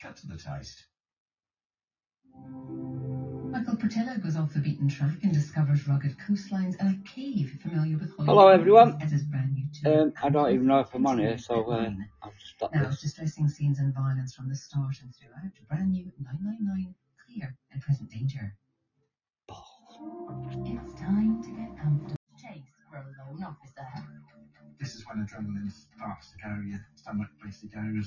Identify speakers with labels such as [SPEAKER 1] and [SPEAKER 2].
[SPEAKER 1] Cut to the taste.
[SPEAKER 2] Michael Portillo goes off the beaten track and discovers rugged coastlines and a cave familiar with Hollywood.
[SPEAKER 3] Hello, everyone.
[SPEAKER 2] As his brand new tour.
[SPEAKER 3] Um, I don't even know if I'm on here, so uh, I'll just stop
[SPEAKER 2] Now it's
[SPEAKER 3] this.
[SPEAKER 2] distressing scenes and violence from the start and throughout. Brand new 999, clear and present danger. It's time to get comfortable. Chase for a lone officer.
[SPEAKER 1] This is when adrenaline starts to go, your stomach basically goes